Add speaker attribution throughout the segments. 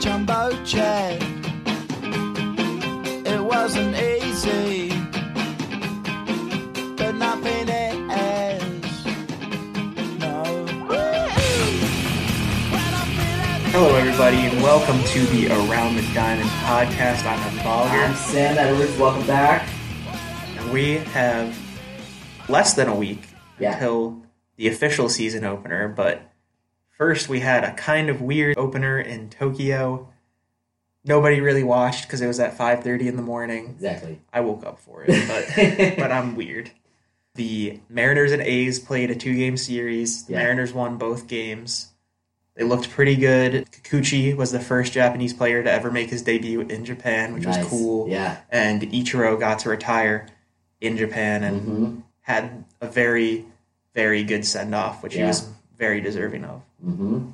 Speaker 1: jumbo jet. It wasn't easy, but nothing is. No.
Speaker 2: Hello, everybody, and welcome to the Around the Diamond podcast. I'm
Speaker 3: I'm
Speaker 2: Bolger,
Speaker 3: Sam Edwards. Welcome back.
Speaker 2: and we have less than a week
Speaker 3: Yeah.
Speaker 2: until the official season opener. But first, we had a kind of weird opener in Tokyo. Nobody really watched because it was at 5:30 in the morning.
Speaker 3: Exactly.
Speaker 2: I woke up for it, but but I'm weird. The Mariners and A's played a two-game series. The
Speaker 3: Yeah.
Speaker 2: Mariners won both games. They looked pretty good. Kikuchi was the first Japanese player to ever make his debut in Japan, which was
Speaker 3: Nice.
Speaker 2: cool.
Speaker 3: Yeah.
Speaker 2: And Ichiro got to retire in Japan and
Speaker 3: Mhm.
Speaker 2: had a very, very good send off, which he
Speaker 3: Yeah.
Speaker 2: was very deserving of.
Speaker 3: Mhm.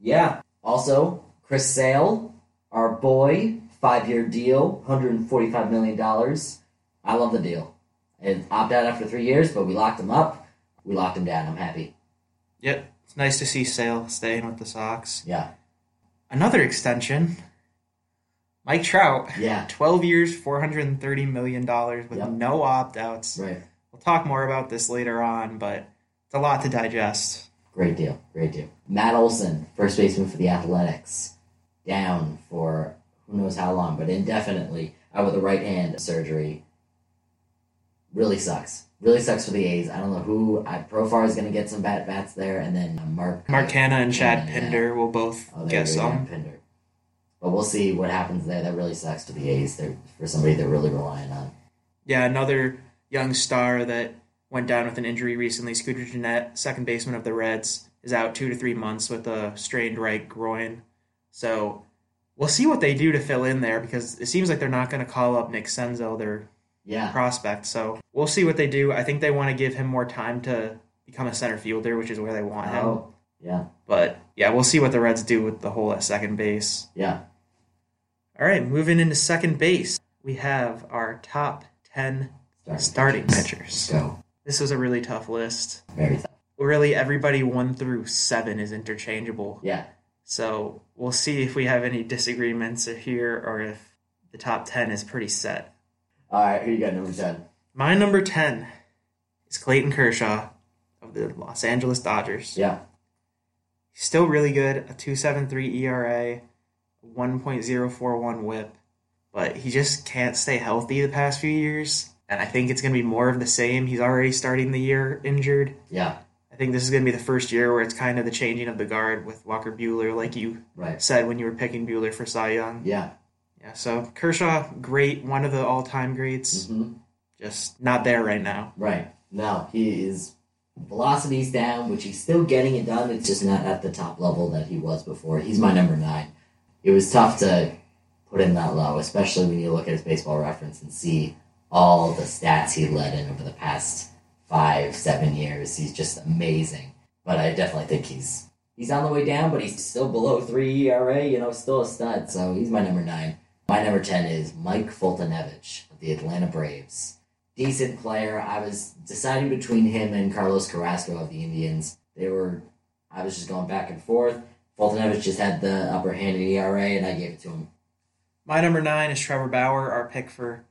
Speaker 3: Yeah. Also, Chris Sale, our boy, five-year deal, hundred and forty-five million dollars. I love the deal. It opt out after three years, but we locked him up. We locked him down. I'm happy.
Speaker 2: Yep. It's nice to see Sale staying with the Sox.
Speaker 3: Yeah.
Speaker 2: Another extension. Mike Trout.
Speaker 3: Yeah.
Speaker 2: 12 years, $430 million with
Speaker 3: Yep.
Speaker 2: no opt outs.
Speaker 3: Right.
Speaker 2: We'll talk more about this later on, but it's a lot to digest.
Speaker 3: Great deal. Great deal. Matt Olson, first baseman for the Athletics, down for who knows how long, but indefinitely out with a right hand surgery. Really sucks. Really sucks for the A's. I don't know who. I, Profar is going to get some bat bats there, and then uh, Mark
Speaker 2: Mark Hanna and Chad
Speaker 3: Yeah.
Speaker 2: Pinder will both
Speaker 3: Oh, there
Speaker 2: get
Speaker 3: you go, yeah,
Speaker 2: some.
Speaker 3: Pinder. But we'll see what happens there. That really sucks for the A's. They're for somebody they're really relying on.
Speaker 2: Yeah, another young star that went down with an injury recently, Scooter Jeanette, second baseman of the Reds, is out two to three months with a strained right groin. So we'll see what they do to fill in there because it seems like they're not going to call up Nick Senzel, their
Speaker 3: Yeah,
Speaker 2: prospect. So we'll see what they do. I think they want to give him more time to become a center fielder, which is where they want him.
Speaker 3: Oh, yeah,
Speaker 2: But yeah, we'll see what the Reds do with the hole at second base.
Speaker 3: yeah.
Speaker 2: All right, moving into second base, we have our top 10 starting pitchers.
Speaker 3: Go.
Speaker 2: This was a really tough list.
Speaker 3: Very tough.
Speaker 2: Really, everybody one through seven is interchangeable.
Speaker 3: Yeah,
Speaker 2: So we'll see if we have any disagreements here or if the top 10 is pretty set.
Speaker 3: All right, who you got number 10?
Speaker 2: My number 10 is Clayton Kershaw of the Los Angeles Dodgers.
Speaker 3: Yeah.
Speaker 2: He's still really good, a 2.73 ERA, 1.041 whip, but he just can't stay healthy the past few years. And I think it's going to be more of the same. He's already starting the year injured.
Speaker 3: Yeah,
Speaker 2: I think this is going to be the first year where it's kind of the changing of the guard with Walker Bueller, like you
Speaker 3: right.
Speaker 2: said when you were picking Bueller for Cy Young.
Speaker 3: Yeah.
Speaker 2: Yeah, so Kershaw, great, one of the all time greats,
Speaker 3: hmm
Speaker 2: just not there right now.
Speaker 3: Right. No, he is velocity's down, which he's still getting it done. It's just not at the top level that he was before. He's my number nine. It was tough to put him that low, especially when you look at his baseball reference and see all the stats he led in over the past five, seven years. He's just amazing. But I definitely think he's he's on the way down, but he's still below three ERA, you know, still a stud, so he's my number nine. My number ten is Mike Fultonevich of the Atlanta Braves decent player. I was deciding between him and Carlos Carrasco of the Indians. They were, I was just going back and forth. Fultonevich just had the upper hand in ERA, and I gave it to him.
Speaker 2: My number nine is Trevor Bauer, our pick for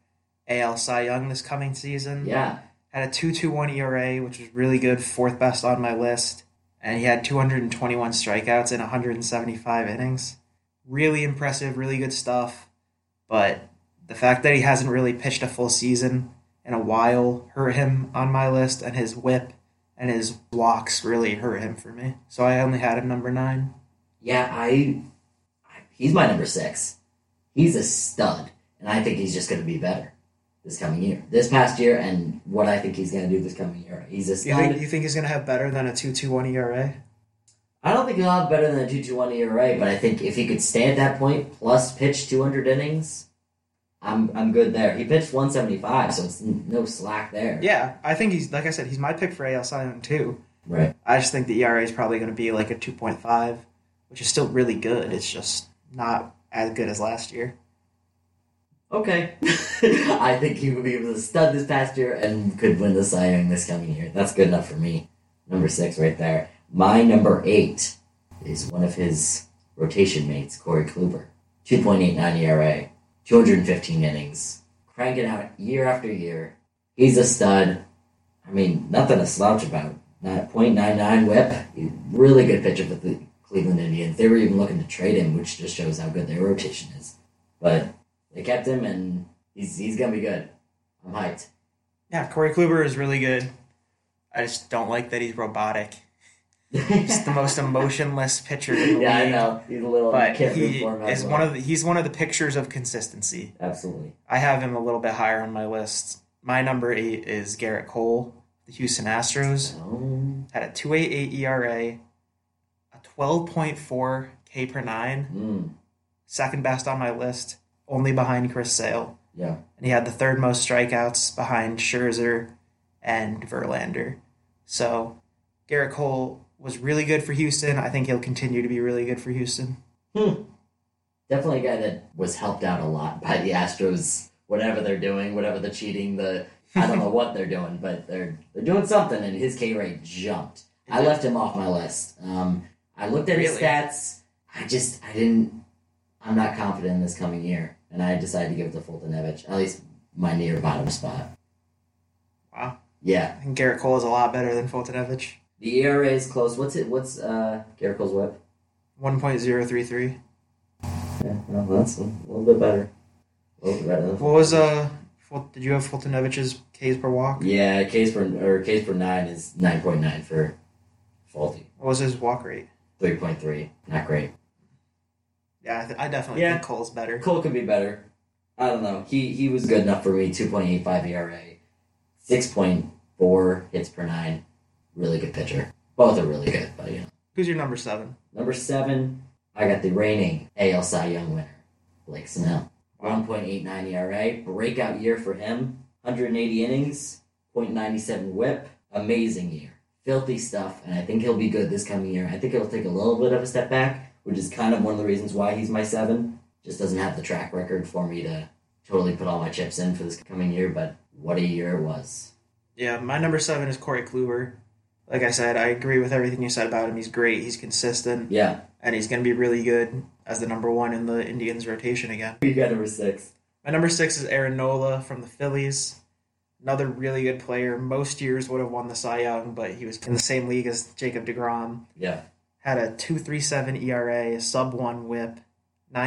Speaker 2: AL Cy Young this coming season.
Speaker 3: Yeah,
Speaker 2: had E a 2.21 ERA, which was really good, fourth best on my list, and he had 221 strikeouts in 175 innings. Really impressive, really good stuff. But the fact that he hasn't really pitched a full season in a while hurt him on my list, and his whip and his walks really hurt him for me. So I only had him number nine.
Speaker 3: yeah. I, I he's my number six. He's a stud, and I think he's just going to be better this coming year, this past year, and what I think he's going to do this coming year. He's a
Speaker 2: You
Speaker 3: stud.
Speaker 2: think, you think he's going to have better than a 2.21 ERA?
Speaker 3: I don't think he'll have better than a 2 2 1 ERA, but I think if he could stay at that point plus pitch 200 innings, I'm I'm good there. He pitched 175, so it's n- no slack there.
Speaker 2: Yeah, I think he's, like I said, he's my pick for AL Cy Young too.
Speaker 3: Right.
Speaker 2: I just think the ERA is probably going to be like a 2.5, which is still really good. It's just not as good as last year.
Speaker 3: Okay. I think he would be able to stud this past year and could win the Cy Young this coming year. That's good enough for me. Number six right there. My number eight is one of his rotation mates Corey Kluber. 2.89 ERA, 215 innings, cranking out year after year. He's a stud. I mean, nothing to slouch about. That .99 whip, he's really good pitcher for the Cleveland Indians. They were even looking to trade him, which just shows how good their rotation is. But they kept him, and he's he's gonna be good. I'm hyped.
Speaker 2: Yeah, Corey Kluber is really good. I just don't like that he's robotic. He's the most emotionless pitcher. In the
Speaker 3: yeah, I
Speaker 2: league.
Speaker 3: know. He's a little.
Speaker 2: But
Speaker 3: can't root
Speaker 2: he
Speaker 3: for him
Speaker 2: is one of the, he's one of the pictures of consistency.
Speaker 3: Absolutely.
Speaker 2: I have him a little bit higher on my list. My number eight is Garrett Cole, the Houston Astros.
Speaker 3: Um,
Speaker 2: Had a 2.88 ERA, E a 12.4 K per nine,
Speaker 3: mm,
Speaker 2: second best on my list, only behind Chris Sale.
Speaker 3: yeah.
Speaker 2: and he had the third most strikeouts behind Scherzer and Verlander. So Garrett Cole was really good for Houston. I think he'll continue to be really good for Houston.
Speaker 3: Definitely a guy that was helped out a lot by the Astros. Whatever they're doing, whatever the cheating, the I don't know what they're doing, but they're they're doing something, and his K rate jumped. I left him off my list. Um, I looked at his
Speaker 2: Really?
Speaker 3: stats. I just I didn't. I'm not confident in this coming year, and I decided to give it to Fulton Evich, at least my near bottom spot.
Speaker 2: Wow.
Speaker 3: Yeah,
Speaker 2: I think Garrett Cole is a lot better than Fultonevich.
Speaker 3: the ERA is close. What's it? What's uh Garrett Cole's whip?
Speaker 2: 1.033.
Speaker 3: Yeah, well, that's a little bit better. A little bit better.
Speaker 2: What was, uh, Fult- did you have Fultonevich's Ks per walk?
Speaker 3: Yeah, case per or case per nine is nine point nine for faulty.
Speaker 2: What was his walk rate?
Speaker 3: Three point three, not great.
Speaker 2: Yeah, I, th- I definitely
Speaker 3: Yeah.
Speaker 2: think Cole's better.
Speaker 3: Cole could be better. I don't know. He he was good enough for me. Two point eight five ERA, six point four hits per nine. Really good pitcher. Both are really good, but you know.
Speaker 2: Who's your number seven?
Speaker 3: Number seven, I got the reigning AL Cy Young winner, Blake Snell. 1.89 ERA, E breakout year for him. 180 innings, .97 whip, amazing year. Filthy stuff, and I think he'll be good this coming year. I think he'll take a little bit of a step back, which is kind of one of the reasons why he's my seven. Just doesn't have the track record for me to totally put all my chips in for this coming year, but what a year it was.
Speaker 2: Yeah, my number seven is Corey Kluber. Like I said, I agree with everything you said about him. He's great. He's consistent.
Speaker 3: Yeah.
Speaker 2: and he's going to be really good as the number one in the Indians rotation again.
Speaker 3: You got number six.
Speaker 2: My number six is Aaron Nola from the Phillies. Another really good player. Most years would have won the Cy Young, but he was in the same league as Jacob DeGrom.
Speaker 3: Yeah.
Speaker 2: Had a 2.37 ERA, E a sub one whip,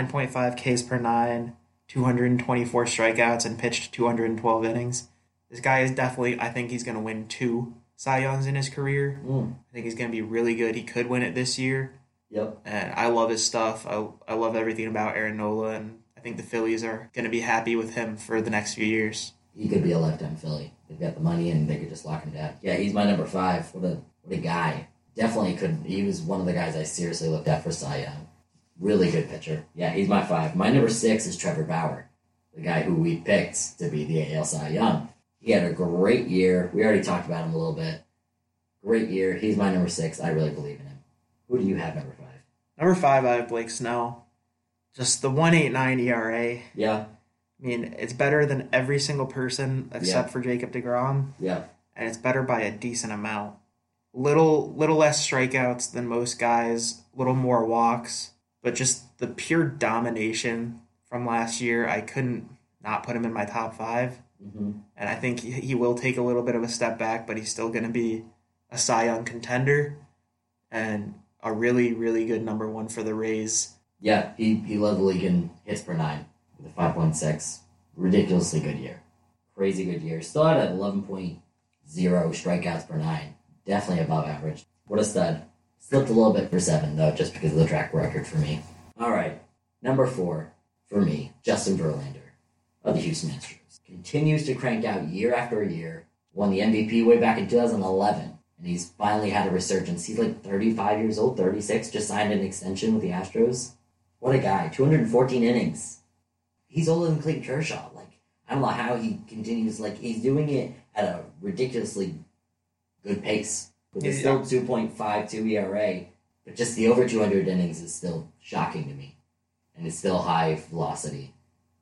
Speaker 2: 9.5 Ks per nine, 224 strikeouts, and pitched 212 innings. This guy is definitely, I think he's going to win two Cy Youngs in his career.
Speaker 3: Mm.
Speaker 2: I think he's going to be really good. He could win it this year
Speaker 3: Yep.
Speaker 2: and I love his stuff. I, I love everything about Aaron Nola, and I think the Phillies are going to be happy with him for the next few years.
Speaker 3: he could be a lifetime Philly. They've got the money and they could just lock him down. Yeah, he's my number five. What a what a guy. Definitely could. He was one of the guys I seriously looked at for Cy Young. Really good pitcher. Yeah, he's my five. My number six is Trevor Bauer, the guy who we picked to be the AL Cy Young. He had a great year. We already talked about him a little bit. Great year. He's my number six. I really believe in him. Who do you have number five?
Speaker 2: Number five, I have Blake Snell. Just the 189 ERA. I
Speaker 3: Yeah,
Speaker 2: mean, it's better than every single person except for Jacob DeGrom,
Speaker 3: yeah,
Speaker 2: and it's better by a decent amount. Little, little less strikeouts than most guys, little more walks, but just the pure domination from last year. I couldn't not put him in my top five.
Speaker 3: hmm
Speaker 2: and I think he, he will take a little bit of a step back, but he's still going to be a Cy Young contender and a really, really good number one for the Rays.
Speaker 3: yeah. He he led the league in hits per nine with a five point six. ridiculously good year. Crazy good year. Still had an 11.0 strikeouts per nine. Definitely above average. What a stud. Slipped a little bit for seven, though, just because of the track record for me. All right. Number four for me, Justin Verlander of the Houston Astros. Continues to crank out year after year. Won the MVP way back in 2011. And he's finally had a resurgence. He's like 35 years old, 36, just signed an extension with the Astros. What a guy. 214 innings he's older than Clayton Kershaw. Like I don't know how he continues. Like he's doing it at a ridiculously good pace with a
Speaker 2: Yeah.
Speaker 3: still two point five two ERA, but just the over two hundred innings is still shocking to me, and it's still high velocity,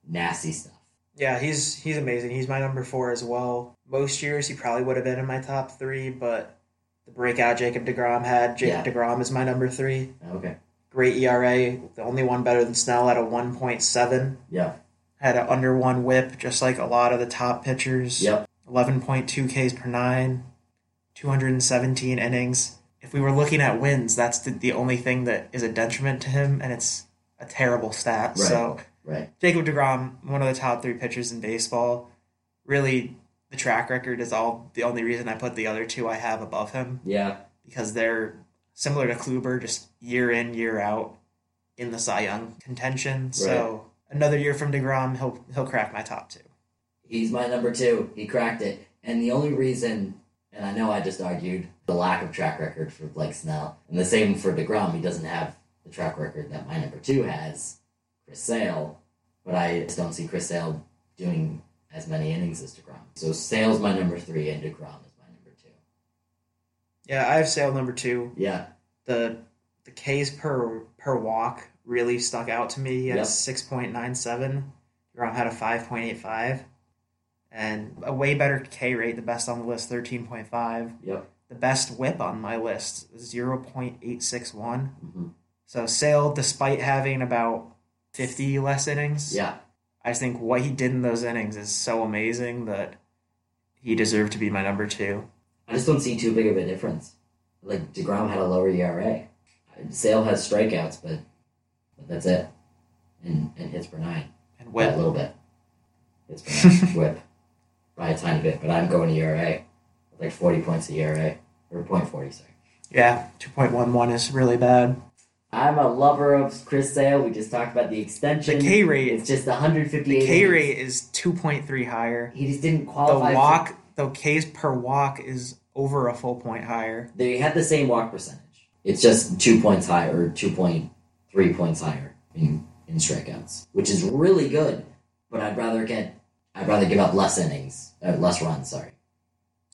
Speaker 3: nasty stuff.
Speaker 2: Yeah, he's he's amazing. He's my number four as well. Most years he probably would have been in my top three, but the breakout Jacob DeGrom had, Jacob DeGrom is my number three.
Speaker 3: Okay,
Speaker 2: Great ERA, the only one better than Snell at a 1.7.
Speaker 3: Yeah.
Speaker 2: Had an under one whip, just like a lot of the top pitchers.
Speaker 3: Yep.
Speaker 2: 11.2 Ks per nine, 217 innings. If we were looking at wins, that's the, the only thing that is a detriment to him, and it's a terrible stat.
Speaker 3: Right.
Speaker 2: So
Speaker 3: Right.
Speaker 2: Jacob DeGrom, one of the top three pitchers in baseball, really the track record is all the only reason I put the other two I have above him
Speaker 3: Yeah.
Speaker 2: because they're similar to Kluber, just year in year out in the Cy Young contention. So another year from DeGrom, he'll he'll crack my top two.
Speaker 3: He's my number two. He cracked it. And the only reason, and I know I just argued the lack of track record for Blake Snell, and the same for DeGrom. He doesn't have the track record that my number two has, Chris Sale, but I just don't see Chris Sale doing as many innings as DeGrom. So Sale's my number three, and DeGrom is my number two.
Speaker 2: Yeah, I have Sale number two.
Speaker 3: Yeah.
Speaker 2: the the K's per per walk really stuck out to me. He had
Speaker 3: Yep.
Speaker 2: a six point nine seven. Grom had a five point eight five, and a way better K rate. The best on the list, thirteen point five.
Speaker 3: Yep.
Speaker 2: The best whip on my list, zero point eight six one.
Speaker 3: hmm
Speaker 2: So Sale, despite having about fifty less innings,
Speaker 3: Yeah.
Speaker 2: I just think what he did in those innings is so amazing that he deserved to be my number two.
Speaker 3: I just don't see too big of a difference. Like Degrom had a lower ERA. Sale has strikeouts, but, but that's it. And and hits per nine.
Speaker 2: And
Speaker 3: By a
Speaker 2: whip,
Speaker 3: little bit. It's pronounced whip by a tiny bit, but I'm going ERA with like 40 points E a ERA or point forty sorry.
Speaker 2: yeah, two point one one is really bad.
Speaker 3: I'm a lover of Chris Sale. We just talked about the extension.
Speaker 2: The K rate.
Speaker 3: It's just 158.
Speaker 2: The K
Speaker 3: innings.
Speaker 2: rate is 2.3 higher.
Speaker 3: He just didn't
Speaker 2: The
Speaker 3: qualify. for-
Speaker 2: walk, the Ks per walk is over a full point higher.
Speaker 3: they had the same walk percentage. It's just two points higher, or 2.3 points higher in, in strikeouts, which is really good. But I'd rather get, I'd rather give up less innings, uh, less runs. Sorry.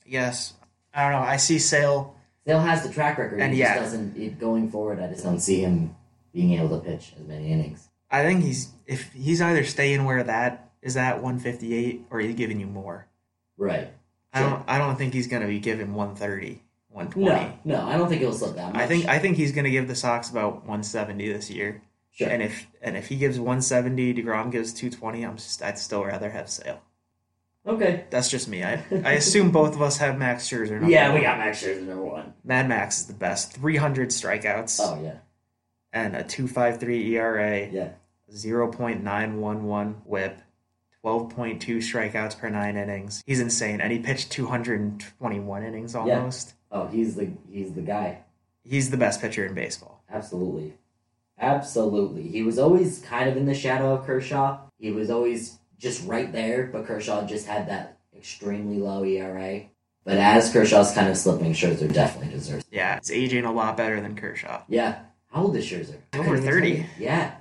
Speaker 2: Yes. I don't know. I see Sale.
Speaker 3: Still has the track record.
Speaker 2: And
Speaker 3: he
Speaker 2: yeah.
Speaker 3: just doesn't it, going forward. I just don't see him being able to pitch as many innings.
Speaker 2: I think he's if he's either staying where that is at 158 or he's giving you more.
Speaker 3: Right.
Speaker 2: I don't I don't think he's going to be giving 130, 120.
Speaker 3: No, no, I don't think he'll slip that much.
Speaker 2: I think I think he's going to give the Sox about 170 this year.
Speaker 3: sure.
Speaker 2: And if and if he gives 170, DeGrom gives 220, I'm just, I'd still rather have Sale.
Speaker 3: okay.
Speaker 2: That's just me. I I assume both of us have Max Scherzer. number
Speaker 3: Yeah, we
Speaker 2: one.
Speaker 3: got Max Scherzer number one.
Speaker 2: Mad Max is the best. 300 strikeouts
Speaker 3: Oh yeah,
Speaker 2: and a E 2.53 ERA,
Speaker 3: yeah.
Speaker 2: 0.911 WHIP, 12.2 strikeouts per 9 innings. He's insane and he pitched 221 innings almost.
Speaker 3: Oh, he's the he's the guy.
Speaker 2: He's the best pitcher in baseball.
Speaker 3: Absolutely, absolutely. He was always kind of in the shadow of Kershaw. He was always just right there, but Kershaw just had that extremely low ERA. But as Kershaw's kind of slipping, Scherzer definitely deserves.
Speaker 2: Yeah, he's aging a lot better than Kershaw.
Speaker 3: Yeah. How old is Scherzer? I
Speaker 2: Over
Speaker 3: couldn't even
Speaker 2: 30.
Speaker 3: tell you. Yeah.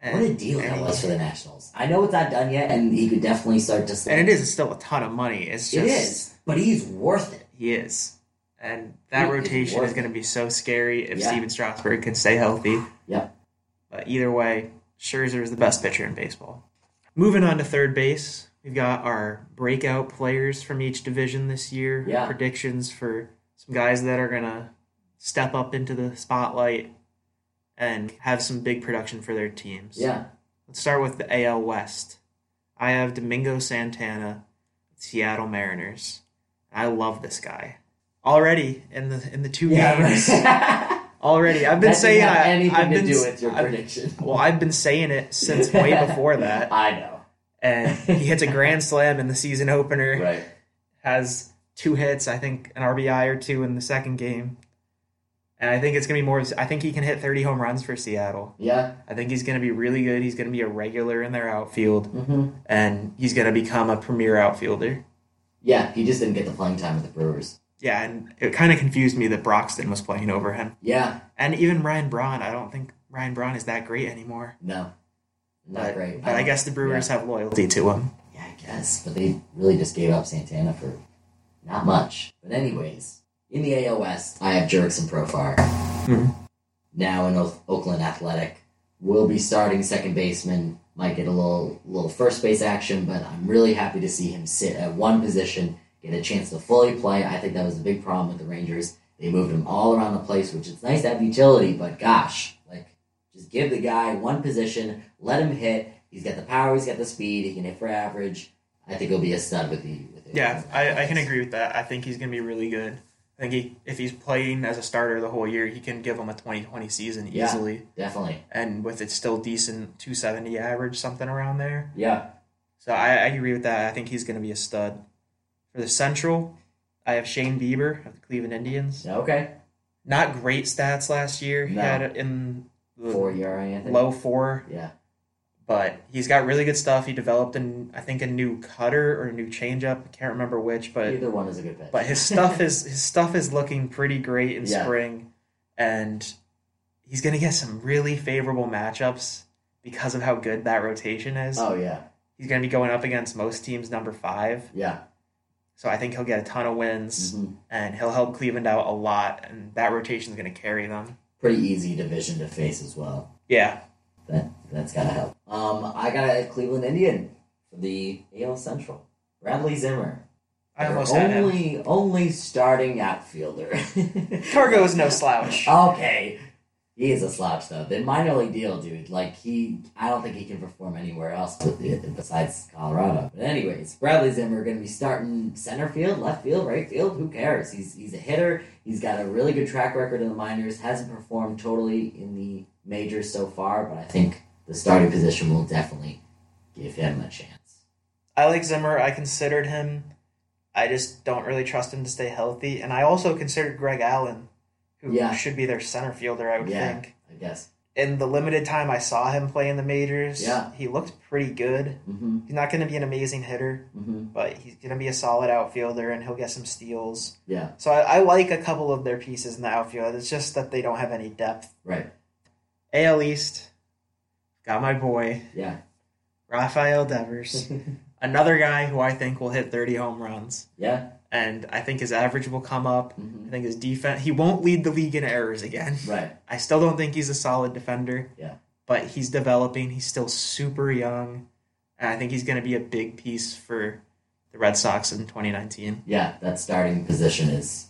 Speaker 2: And,
Speaker 3: What a deal that
Speaker 2: and-
Speaker 3: was for the Nationals. I know it's not done yet, and he could definitely start to slip.
Speaker 2: And it is still a ton of money. It's
Speaker 3: It
Speaker 2: just
Speaker 3: is, but he's worth it.
Speaker 2: he is. And that
Speaker 3: He is
Speaker 2: rotation
Speaker 3: worth
Speaker 2: is going to be so scary if
Speaker 3: Yeah.
Speaker 2: Steven Strasburg can stay healthy.
Speaker 3: Yep.
Speaker 2: But either way, Scherzer is the best pitcher in baseball. Moving on to third base, we've got our breakout players from each division this year.
Speaker 3: Yeah.
Speaker 2: Predictions for some guys that are going to step up into the spotlight and have some big production for their teams.
Speaker 3: Yeah.
Speaker 2: Let's start with the AL West. I have Domingo Santana, Seattle Mariners. I love this guy. Already in the in the two games.
Speaker 3: right.
Speaker 2: Already, I've been
Speaker 3: That didn't
Speaker 2: saying
Speaker 3: have
Speaker 2: I,
Speaker 3: anything
Speaker 2: I've
Speaker 3: to
Speaker 2: been
Speaker 3: do with your
Speaker 2: I've-
Speaker 3: prediction.
Speaker 2: well, I've been saying it since way before that.
Speaker 3: I know.
Speaker 2: And he hits a grand slam in the season opener.
Speaker 3: Right.
Speaker 2: Has two hits, I think an RBI or two in the second game. And I think it's gonna be more. I think he can hit 30 home runs for Seattle.
Speaker 3: Yeah.
Speaker 2: I think he's gonna be really good. He's gonna be a regular in their outfield,
Speaker 3: hmm
Speaker 2: and he's gonna become a premier outfielder.
Speaker 3: Yeah. He just didn't get the playing time with the Brewers.
Speaker 2: Yeah, and it kind of confused me that Broxton was playing over him,
Speaker 3: Yeah.
Speaker 2: and even Ryan Braun. I don't think Ryan Braun is that great anymore.
Speaker 3: No. Not
Speaker 2: But,
Speaker 3: great.
Speaker 2: but I guess the Brewers have loyalty to him.
Speaker 3: Yeah, I guess. But they really just gave up Santana for not much. But anyways, in the AL West, I have Jerks and Profar.
Speaker 2: Mhm.
Speaker 3: Now in o- Oakland Athletic, will be starting second baseman. Might get a little little first base action, but I'm really happy to see him sit at one position, get a chance to fully play. I think that was a big problem with the Rangers. They moved him all around the place, which is nice to have utility, but gosh, like Just give the guy one position, let him hit. He's got the power, he's got the speed, he can hit for average. I think he'll be a stud with the. With the
Speaker 2: Yeah, I, I can agree with that. I think he's going to be really good. I think he, if he's playing as a starter the whole year, he can give him a 2020 season
Speaker 3: Yeah.
Speaker 2: easily.
Speaker 3: Definitely.
Speaker 2: And with it still decent 270 average, something around there.
Speaker 3: Yeah.
Speaker 2: So I, I agree with that. I think he's going to be a stud. For the Central, I have Shane Bieber of the Cleveland Indians.
Speaker 3: Yeah, Okay.
Speaker 2: Not great stats last year. He
Speaker 3: No.
Speaker 2: had it in the
Speaker 3: Four ERA, Anthony.
Speaker 2: Mm. low four,
Speaker 3: Yeah.
Speaker 2: but he's got really good stuff. He developed, an, I think, a new cutter or a new changeup. I can't remember which, but
Speaker 3: Either one is a good pitch.
Speaker 2: but his stuff is his stuff is looking pretty great in
Speaker 3: Yeah.
Speaker 2: spring, and he's gonna get some really favorable matchups because of how good that rotation is.
Speaker 3: oh yeah,
Speaker 2: He's gonna be going up against most teams number five,
Speaker 3: yeah.
Speaker 2: so I think he'll get a ton of wins
Speaker 3: hmm
Speaker 2: and he'll help Cleveland out a lot, and that rotation's gonna carry them.
Speaker 3: Pretty easy division to face as well.
Speaker 2: Yeah,
Speaker 3: That that's gotta help. Um, I got a Cleveland Indian for the AL Central. Bradley Zimmer,
Speaker 2: I almost
Speaker 3: Their
Speaker 2: had him.
Speaker 3: only only starting outfielder.
Speaker 2: Cargo is no slouch.
Speaker 3: Uh, okay, he is a slouch though. The minor league deal, dude. Like he, I don't think he can perform anywhere else with it besides Colorado. But anyways, Bradley Zimmer gonna be starting center field, left field, right field. Who cares? He's he's a hitter. He's got a really good track record in the minors. Hasn't performed totally in the majors so far, but I think the starting position will definitely give him a chance.
Speaker 2: I like Zimmer. I considered him. I just don't really trust him to stay healthy. And I also considered Greg Allen, who
Speaker 3: Yeah.
Speaker 2: should be their center fielder, I would
Speaker 3: Yeah.
Speaker 2: think.
Speaker 3: I guess.
Speaker 2: In the limited time I saw him play in the majors,
Speaker 3: Yeah.
Speaker 2: he looked pretty good.
Speaker 3: Mm-hmm.
Speaker 2: He's not going to be an amazing hitter,
Speaker 3: Mm-hmm.
Speaker 2: but he's going to be a solid outfielder and he'll get some steals.
Speaker 3: Yeah.
Speaker 2: So I, I like a couple of their pieces in the outfield. It's just that they don't have any depth.
Speaker 3: Right.
Speaker 2: AL East, got my boy,
Speaker 3: Yeah.
Speaker 2: Rafael Devers, another guy who I think will hit 30 home runs.
Speaker 3: yeah.
Speaker 2: and I think his average will come up.
Speaker 3: hmm
Speaker 2: I think his defense, he won't lead the league in errors again.
Speaker 3: Right.
Speaker 2: I still don't think he's a solid defender.
Speaker 3: Yeah.
Speaker 2: But he's developing. He's still super young. And I think he's going to be a big piece for the Red Sox in 2019.
Speaker 3: yeah, that starting position is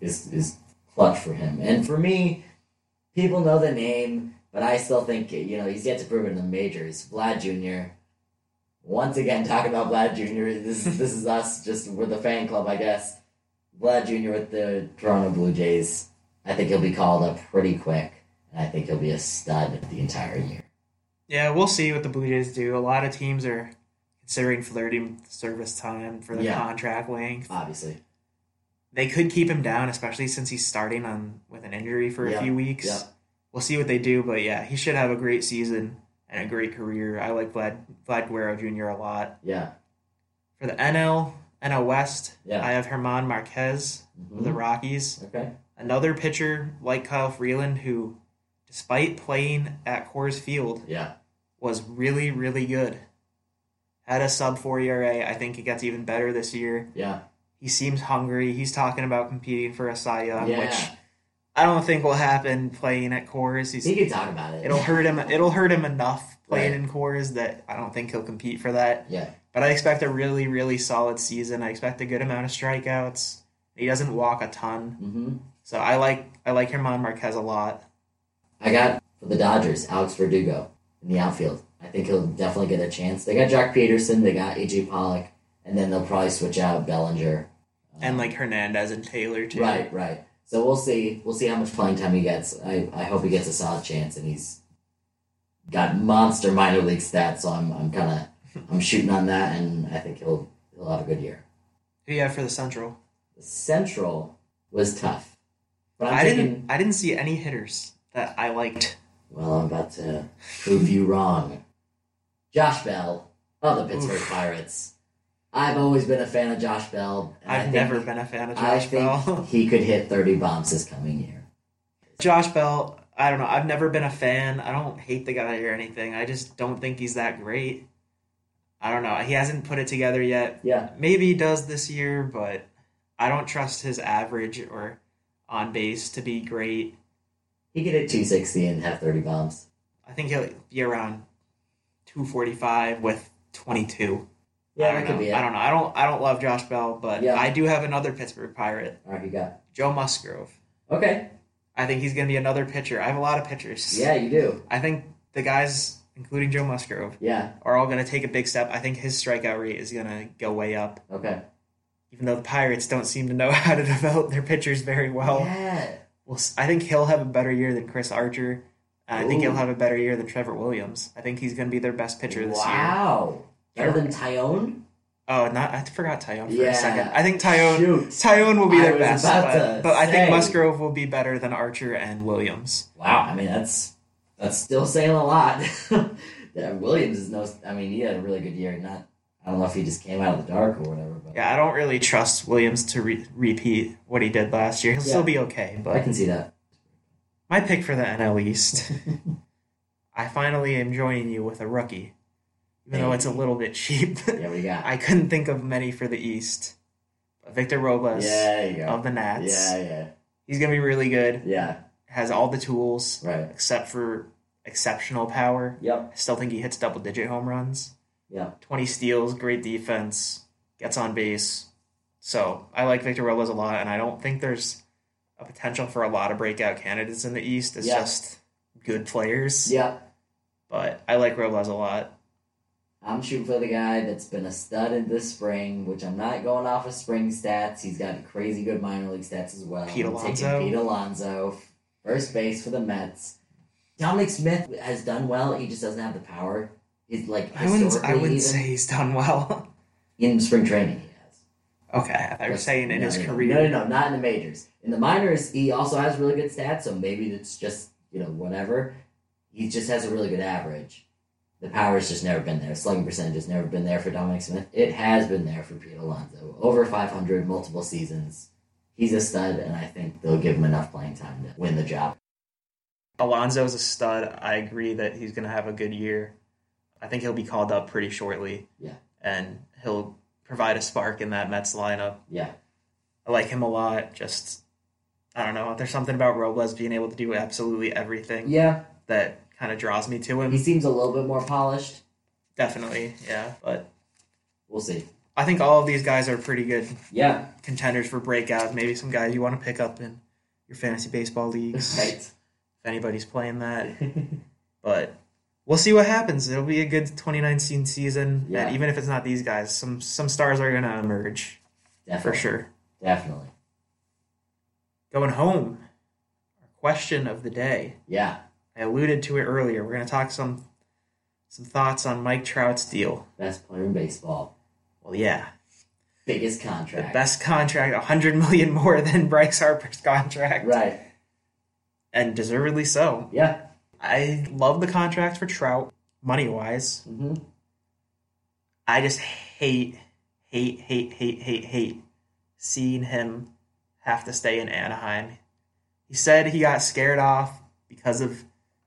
Speaker 3: is is clutch for him. And for me, people know the name, but I still think you know he's yet to prove it in the majors. Vlad Jr. Once again, talking about Vlad Jr. This is this is us. Just we're the fan club, I guess. Vlad Jr. with the Toronto Blue Jays. I think he'll be called up pretty quick, and I think he'll be a stud the entire year.
Speaker 2: Yeah, we'll see what the Blue Jays do. A lot of teams are considering flirting with service time for the
Speaker 3: Yeah.
Speaker 2: contract length.
Speaker 3: Obviously,
Speaker 2: They could keep him down, especially since he's starting on with an injury for
Speaker 3: Yeah,
Speaker 2: a few weeks.
Speaker 3: yeah.
Speaker 2: We'll see what they do, but yeah, he should have a great season and a great career. I like Vlad Vlad Guerrero Jr. a lot.
Speaker 3: yeah,
Speaker 2: For the NL NL West,
Speaker 3: Yeah.
Speaker 2: I have Herman Marquez of the
Speaker 3: Mhm.
Speaker 2: Rockies.
Speaker 3: okay,
Speaker 2: Another pitcher like Kyle Freeland, who, despite playing at Coors Field,
Speaker 3: yeah,
Speaker 2: was really really good. Had a sub four ERA. I think it gets even better this year.
Speaker 3: yeah,
Speaker 2: He seems hungry. He's talking about competing for a Cy Young,
Speaker 3: yeah.
Speaker 2: which I don't think will happen playing at Coors. He's,
Speaker 3: he can talk about it.
Speaker 2: it'll hurt him. It'll hurt him enough playing
Speaker 3: Right.
Speaker 2: in Coors that I don't think he'll compete for that.
Speaker 3: Yeah,
Speaker 2: But I expect a really, really solid season. I expect a good amount of strikeouts. He doesn't walk a ton,
Speaker 3: mm-hmm.
Speaker 2: so I like I like Herman Marquez a lot.
Speaker 3: I got for the Dodgers Alex Verdugo in the outfield. I think he'll definitely get a chance. They got Jack Peterson, they got AJ Pollock, and then they'll probably switch out Bellinger. Um,
Speaker 2: And like Hernandez and Taylor too.
Speaker 3: right, right. So we'll see. We'll see how much playing time he gets. I, I hope he gets a solid chance, and he's got monster minor league stats. So I'm I'm kind of I'm shooting on that, and I think he'll he'll have a good year.
Speaker 2: Who you have for the Central?
Speaker 3: The Central was tough, but I'm
Speaker 2: I
Speaker 3: thinking.
Speaker 2: didn't I didn't see any hitters that I liked.
Speaker 3: Well, I'm about to prove you wrong. Josh Bell of the Pittsburgh
Speaker 2: Oof.
Speaker 3: Pirates. I've always been a fan of Josh Bell. and I
Speaker 2: I've
Speaker 3: think-
Speaker 2: never been a fan of
Speaker 3: I
Speaker 2: Josh
Speaker 3: think
Speaker 2: Bell.
Speaker 3: he could hit 30 bombs this coming year.
Speaker 2: Josh Bell, I don't know. I've never been a fan. I don't hate the guy or anything. I just don't think he's that great. I don't know. He hasn't put it together yet.
Speaker 3: Yeah,
Speaker 2: Maybe he does this year, but I don't trust his average or on base to be great.
Speaker 3: he could hit 260 and have 30 bombs.
Speaker 2: I think he'll be around 245 with 22. I
Speaker 3: Yeah,
Speaker 2: don't
Speaker 3: that
Speaker 2: know.
Speaker 3: could be it.
Speaker 2: I don't know. I don't I don't love Josh Bell, but
Speaker 3: Yeah.
Speaker 2: I do have another Pittsburgh Pirate,
Speaker 3: All right, you got.
Speaker 2: Joe Musgrove.
Speaker 3: Okay.
Speaker 2: I think he's going to be another pitcher. I have a lot of pitchers.
Speaker 3: Yeah, you do.
Speaker 2: I think the guys, including Joe Musgrove,
Speaker 3: Yeah.
Speaker 2: are all going to take a big step. I think his strikeout rate is going to go way up,
Speaker 3: Okay.
Speaker 2: even though the Pirates don't seem to know how to develop their pitchers very well.
Speaker 3: Yeah.
Speaker 2: Well, s- I think he'll have a better year than Chris Archer. And I think
Speaker 3: Ooh.
Speaker 2: he'll have a better year than Trevor Williams. I think he's going to be their best pitcher this year.
Speaker 3: wow. Better than Tyone?
Speaker 2: Oh, not I forgot Tyone for
Speaker 3: Yeah.
Speaker 2: a second. I think Tyone
Speaker 3: Shoot.
Speaker 2: Tyone will be
Speaker 3: I
Speaker 2: their
Speaker 3: was
Speaker 2: best,
Speaker 3: about
Speaker 2: but,
Speaker 3: to
Speaker 2: but I
Speaker 3: say.
Speaker 2: think Musgrove will be better than Archer and Williams.
Speaker 3: Wow. I mean, that's that's still saying a lot. yeah, Williams is no. I mean, he had a really good year. Not. I don't know if he just came out of the dark or whatever, but
Speaker 2: Yeah, I don't really trust Williams to re- repeat what he did last year. He'll
Speaker 3: Yeah.
Speaker 2: still be okay,
Speaker 3: I
Speaker 2: but
Speaker 3: can see that.
Speaker 2: my pick for the NL East. I finally am joining you with a rookie, even though it's a little bit cheap.
Speaker 3: Yeah, we got.
Speaker 2: I couldn't think of many for the East. Victor Robles
Speaker 3: Yeah, you go.
Speaker 2: of the Nats.
Speaker 3: Yeah, yeah,
Speaker 2: He's gonna be really good.
Speaker 3: yeah.
Speaker 2: Has all the tools
Speaker 3: Right.
Speaker 2: except for exceptional power.
Speaker 3: Yep.
Speaker 2: I still think he hits double digit home runs.
Speaker 3: Yeah.
Speaker 2: 20 steals, great defense, gets on base. So I like Victor Robles a lot, and I don't think there's a potential for a lot of breakout candidates in the East. It's
Speaker 3: Yeah.
Speaker 2: just good players.
Speaker 3: Yeah.
Speaker 2: But I like Robles a lot.
Speaker 3: I'm shooting for the guy that's been a stud in this spring, which I'm not going off of spring stats. He's got crazy good minor league stats as well.
Speaker 2: Pete
Speaker 3: I'm
Speaker 2: Alonso.
Speaker 3: taking Pete Alonso, first base for the Mets. Dominic Smith has done well. He just doesn't have the power. He's like
Speaker 2: I wouldn't. I
Speaker 3: historically
Speaker 2: wouldn't
Speaker 3: even
Speaker 2: say he's done well.
Speaker 3: in spring training. He has.
Speaker 2: okay, I was saying in
Speaker 3: No,
Speaker 2: his
Speaker 3: no, no.
Speaker 2: career.
Speaker 3: No, no, no, not in the majors. In the minors, he also has really good stats, so maybe it's just, you know, whatever. He just has a really good average. The power's just never been there. Slugging percentage has never been there for Dominic Smith. It has been there for Pete Alonso. Over 500, multiple seasons. He's a stud, and I think they'll give him enough playing time to win the job.
Speaker 2: Alonso is a stud. I agree that he's going to have a good year. I think he'll be called up pretty shortly.
Speaker 3: Yeah.
Speaker 2: And he'll provide a spark in that Mets lineup.
Speaker 3: Yeah.
Speaker 2: I like him a lot. Just, I don't know. There's something about Robles being able to do absolutely everything
Speaker 3: Yeah.
Speaker 2: that kind of draws me to him.
Speaker 3: He seems a little bit more polished.
Speaker 2: Definitely. Yeah. But
Speaker 3: We'll see.
Speaker 2: I think all of these guys are pretty good
Speaker 3: Yeah.
Speaker 2: contenders for breakouts. Maybe some guys you want to pick up in your fantasy baseball leagues if
Speaker 3: Right.
Speaker 2: anybody's playing that. but we'll see what happens. It'll be a good 2019 season,
Speaker 3: Yeah.
Speaker 2: and even if it's not these guys, some some stars are gonna emerge for
Speaker 3: Definitely.
Speaker 2: sure.
Speaker 3: Definitely.
Speaker 2: Going home, our question of the day.
Speaker 3: Yeah.
Speaker 2: I alluded to it earlier. We're gonna talk some some thoughts on Mike Trout's deal.
Speaker 3: Best player in baseball.
Speaker 2: Well, yeah,
Speaker 3: Biggest
Speaker 2: the
Speaker 3: contract.
Speaker 2: best contract, 100 million more than Bryce Harper's contract,
Speaker 3: Right.
Speaker 2: and deservedly so.
Speaker 3: Yeah.
Speaker 2: I love the contract for Trout, money wise.
Speaker 3: Mm-hmm.
Speaker 2: I just hate, hate, hate, hate, hate, hate seeing him have to stay in Anaheim. He said he got scared off because of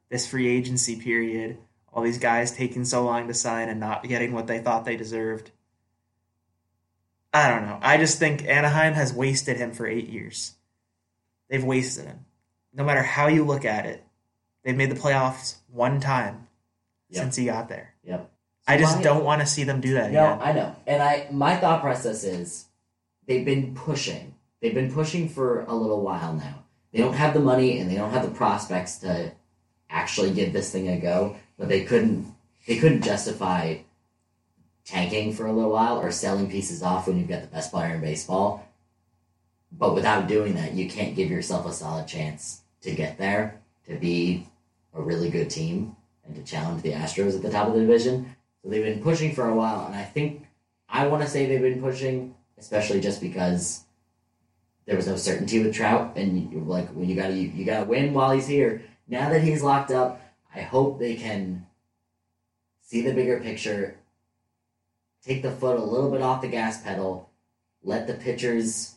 Speaker 2: this free agency period, all these guys taking so long to sign and not getting what they thought they deserved. I don't know. I just think Anaheim has wasted him for eight years. They've wasted him. No matter how you look at it, they've made the playoffs one time
Speaker 3: Yep.
Speaker 2: since he got there.
Speaker 3: Yep.
Speaker 2: I just
Speaker 3: Why-
Speaker 2: don't want to see them do that
Speaker 3: No,
Speaker 2: again.
Speaker 3: I know. And I my thought process is they've been pushing. They've been pushing for a little while now. They don't have the money and they don't have the prospects to actually give this thing a go, but they couldn't they couldn't justify tanking for a little while or selling pieces off when you've got the best player in baseball. But without doing that, you can't give yourself a solid chance to get there, to be a really good team, and to challenge the Astros at the top of the division. So they've been pushing for a while, and I think I want to say they've been pushing, especially just because there was no certainty with Trout, and you, like when you gotta you, you gotta win while he's here. Now that he's locked up, I hope they can see the bigger picture, take the foot a little bit off the gas pedal, let the pitchers,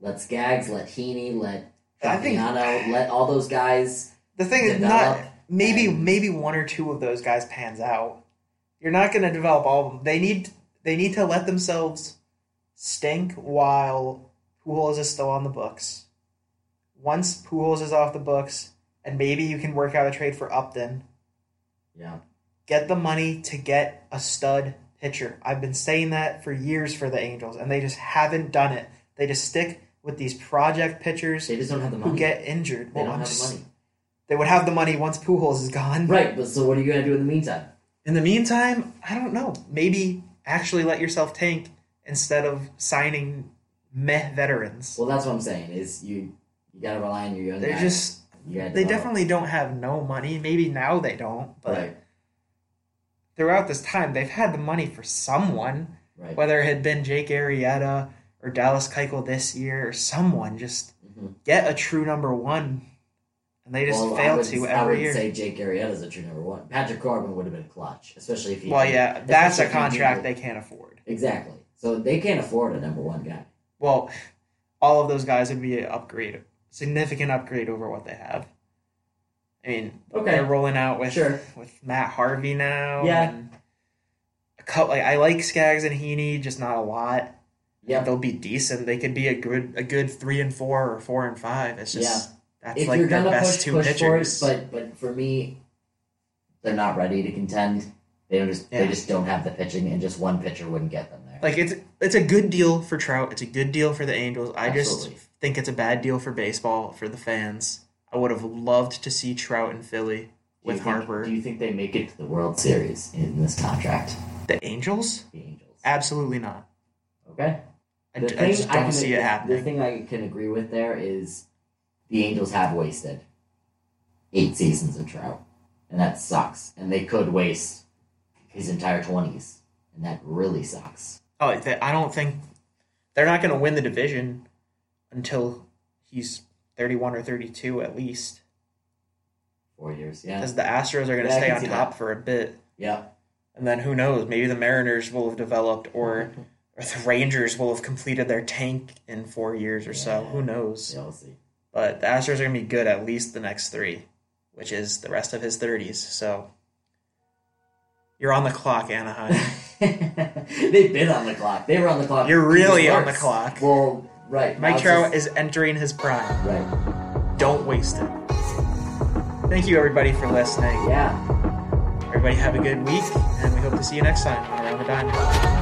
Speaker 3: let Skaggs, let Heaney, let
Speaker 2: I think-
Speaker 3: Fabiano, let all those guys.
Speaker 2: The thing is,
Speaker 3: develop
Speaker 2: not maybe
Speaker 3: and-
Speaker 2: maybe one or two of those guys pans out. You're not going to develop all of them. They need they need to let themselves stink while Pujols is still on the books. Once Pujols is off the books, and maybe you can work out a trade for Upton.
Speaker 3: Yeah,
Speaker 2: Get the money to get a stud pitcher. I've been saying that for years for the Angels, and they just haven't done it. They just stick with these project pitchers
Speaker 3: They just don't have the money.
Speaker 2: who get injured.
Speaker 3: they
Speaker 2: Well,
Speaker 3: don't
Speaker 2: I'm
Speaker 3: have
Speaker 2: just-
Speaker 3: the money.
Speaker 2: They would have the money once Pujols is gone.
Speaker 3: Right, but so what are you going to do in the meantime?
Speaker 2: In the meantime, I don't know. Maybe actually let yourself tank instead of signing meh veterans.
Speaker 3: Well, that's what I'm saying is you you got to rely on your young
Speaker 2: They're
Speaker 3: guys.
Speaker 2: just
Speaker 3: You gotta
Speaker 2: they
Speaker 3: develop.
Speaker 2: definitely don't have no money. Maybe now they don't, but
Speaker 3: right,
Speaker 2: throughout this time they've had the money for someone,
Speaker 3: right.
Speaker 2: whether it had been Jake Arrieta or Dallas Keuchel this year or someone. Just
Speaker 3: Mhm.
Speaker 2: get a true number one, and they just
Speaker 3: Well, I
Speaker 2: fail
Speaker 3: would-
Speaker 2: to
Speaker 3: I would
Speaker 2: every year.
Speaker 3: say Jake Arrieta's a true number one. Patrick Corbin would have been clutch, especially if he.
Speaker 2: well, yeah, that's a
Speaker 3: especially if he
Speaker 2: contract
Speaker 3: didn't-
Speaker 2: they can't afford.
Speaker 3: exactly. So they can't afford a number one guy.
Speaker 2: Well, all of those guys would be an upgrade, significant upgrade over what they have. I mean,
Speaker 3: Okay.
Speaker 2: they're rolling out with
Speaker 3: Sure.
Speaker 2: with Matt Harvey now.
Speaker 3: Yeah.
Speaker 2: and a cou- like I like Skaggs and Heaney, just not a lot.
Speaker 3: Yeah,
Speaker 2: they'll be decent. They could be a good a good three and four or four and five. It's just that's
Speaker 3: if
Speaker 2: like
Speaker 3: you're
Speaker 2: their
Speaker 3: gonna
Speaker 2: best
Speaker 3: push,
Speaker 2: two
Speaker 3: push
Speaker 2: pitchers.
Speaker 3: For it, but but for me, they're not ready to contend. They don't just they
Speaker 2: Yeah.
Speaker 3: just don't have the pitching, and just one pitcher wouldn't get them there.
Speaker 2: like it's it's a good deal for Trout. It's a good deal for the Angels. I
Speaker 3: Absolutely.
Speaker 2: just think it's a bad deal for baseball for the fans. I would have loved to see Trout in Philly
Speaker 3: Do you
Speaker 2: with
Speaker 3: think-
Speaker 2: Harper.
Speaker 3: do you think they make it to the World Series in this contract?
Speaker 2: the Angels?
Speaker 3: The Angels.
Speaker 2: Absolutely not.
Speaker 3: Okay.
Speaker 2: I,
Speaker 3: The
Speaker 2: d- I
Speaker 3: thing
Speaker 2: just don't
Speaker 3: can-
Speaker 2: see it
Speaker 3: The
Speaker 2: happening.
Speaker 3: thing I can agree with there is the Angels have wasted eight seasons of Trout, and that sucks. And they could waste his entire twenties, and that really sucks.
Speaker 2: Oh, they, I don't think they're not going to win the division until he's thirty-one or thirty-two at least.
Speaker 3: Four years, yeah,
Speaker 2: because the Astros are going to
Speaker 3: Yeah, I
Speaker 2: stay
Speaker 3: can
Speaker 2: on
Speaker 3: see
Speaker 2: top for a bit,
Speaker 3: yeah.
Speaker 2: and then who knows? Maybe the Mariners will have developed, or, or the Rangers will have completed their tank in four years or so.
Speaker 3: Yeah.
Speaker 2: Who knows?
Speaker 3: Yeah, we'll see.
Speaker 2: But the Astros are going to be good at least the next three, which is the rest of his thirties. So you're on the clock, Anaheim.
Speaker 3: They've been on the clock. They were on the clock.
Speaker 2: You're
Speaker 3: even
Speaker 2: really on the
Speaker 3: worse.
Speaker 2: clock.
Speaker 3: Well, right. now
Speaker 2: Mike
Speaker 3: it's
Speaker 2: Trout
Speaker 3: just-
Speaker 2: is entering his prime.
Speaker 3: right.
Speaker 2: Don't waste it. Thank you, everybody, for listening.
Speaker 3: Yeah.
Speaker 2: Everybody, have a good week, and we hope to see you next time on Around the Diamond.